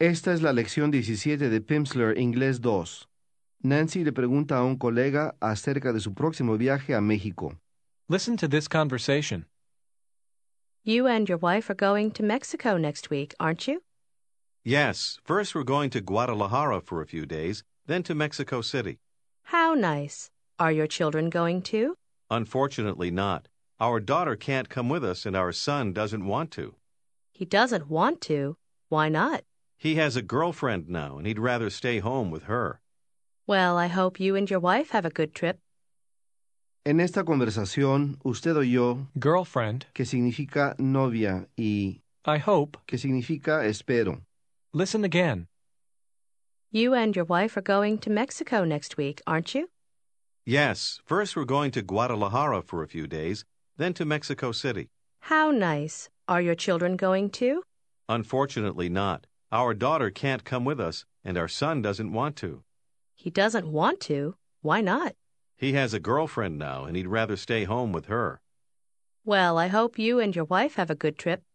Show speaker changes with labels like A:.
A: Esta es la lección 17 de Pimsleur Inglés 2. Nancy le pregunta a un colega acerca de su próximo viaje a México.
B: Listen to this conversation.
C: You and your wife are going to Mexico next week, aren't you?
D: Yes, first we're going to Guadalajara for a few days, then to Mexico City.
C: How nice. Are your children going too?
D: Unfortunately, not. Our daughter can't come with us, and our son doesn't want to.
C: He doesn't want to. Why not?
D: He has a girlfriend now, and he'd rather stay home with her.
C: Well, I hope you and your wife have a good trip.
A: En esta conversación, usted oyó
B: Girlfriend,
A: que significa novia y
B: I hope.
A: que significa espero.
B: Listen again.
C: You and your wife are going to Mexico next week, aren't you?
D: Yes, first we're going to Guadalajara for a few days, then to Mexico City.
C: How nice. Are your children going too?
D: Unfortunately, not. Our daughter can't come with us, and our son doesn't want to.
C: He doesn't want to. Why not?
D: He has a girlfriend now, and he'd rather stay home with her.
C: Well, I hope you and your wife have a good trip.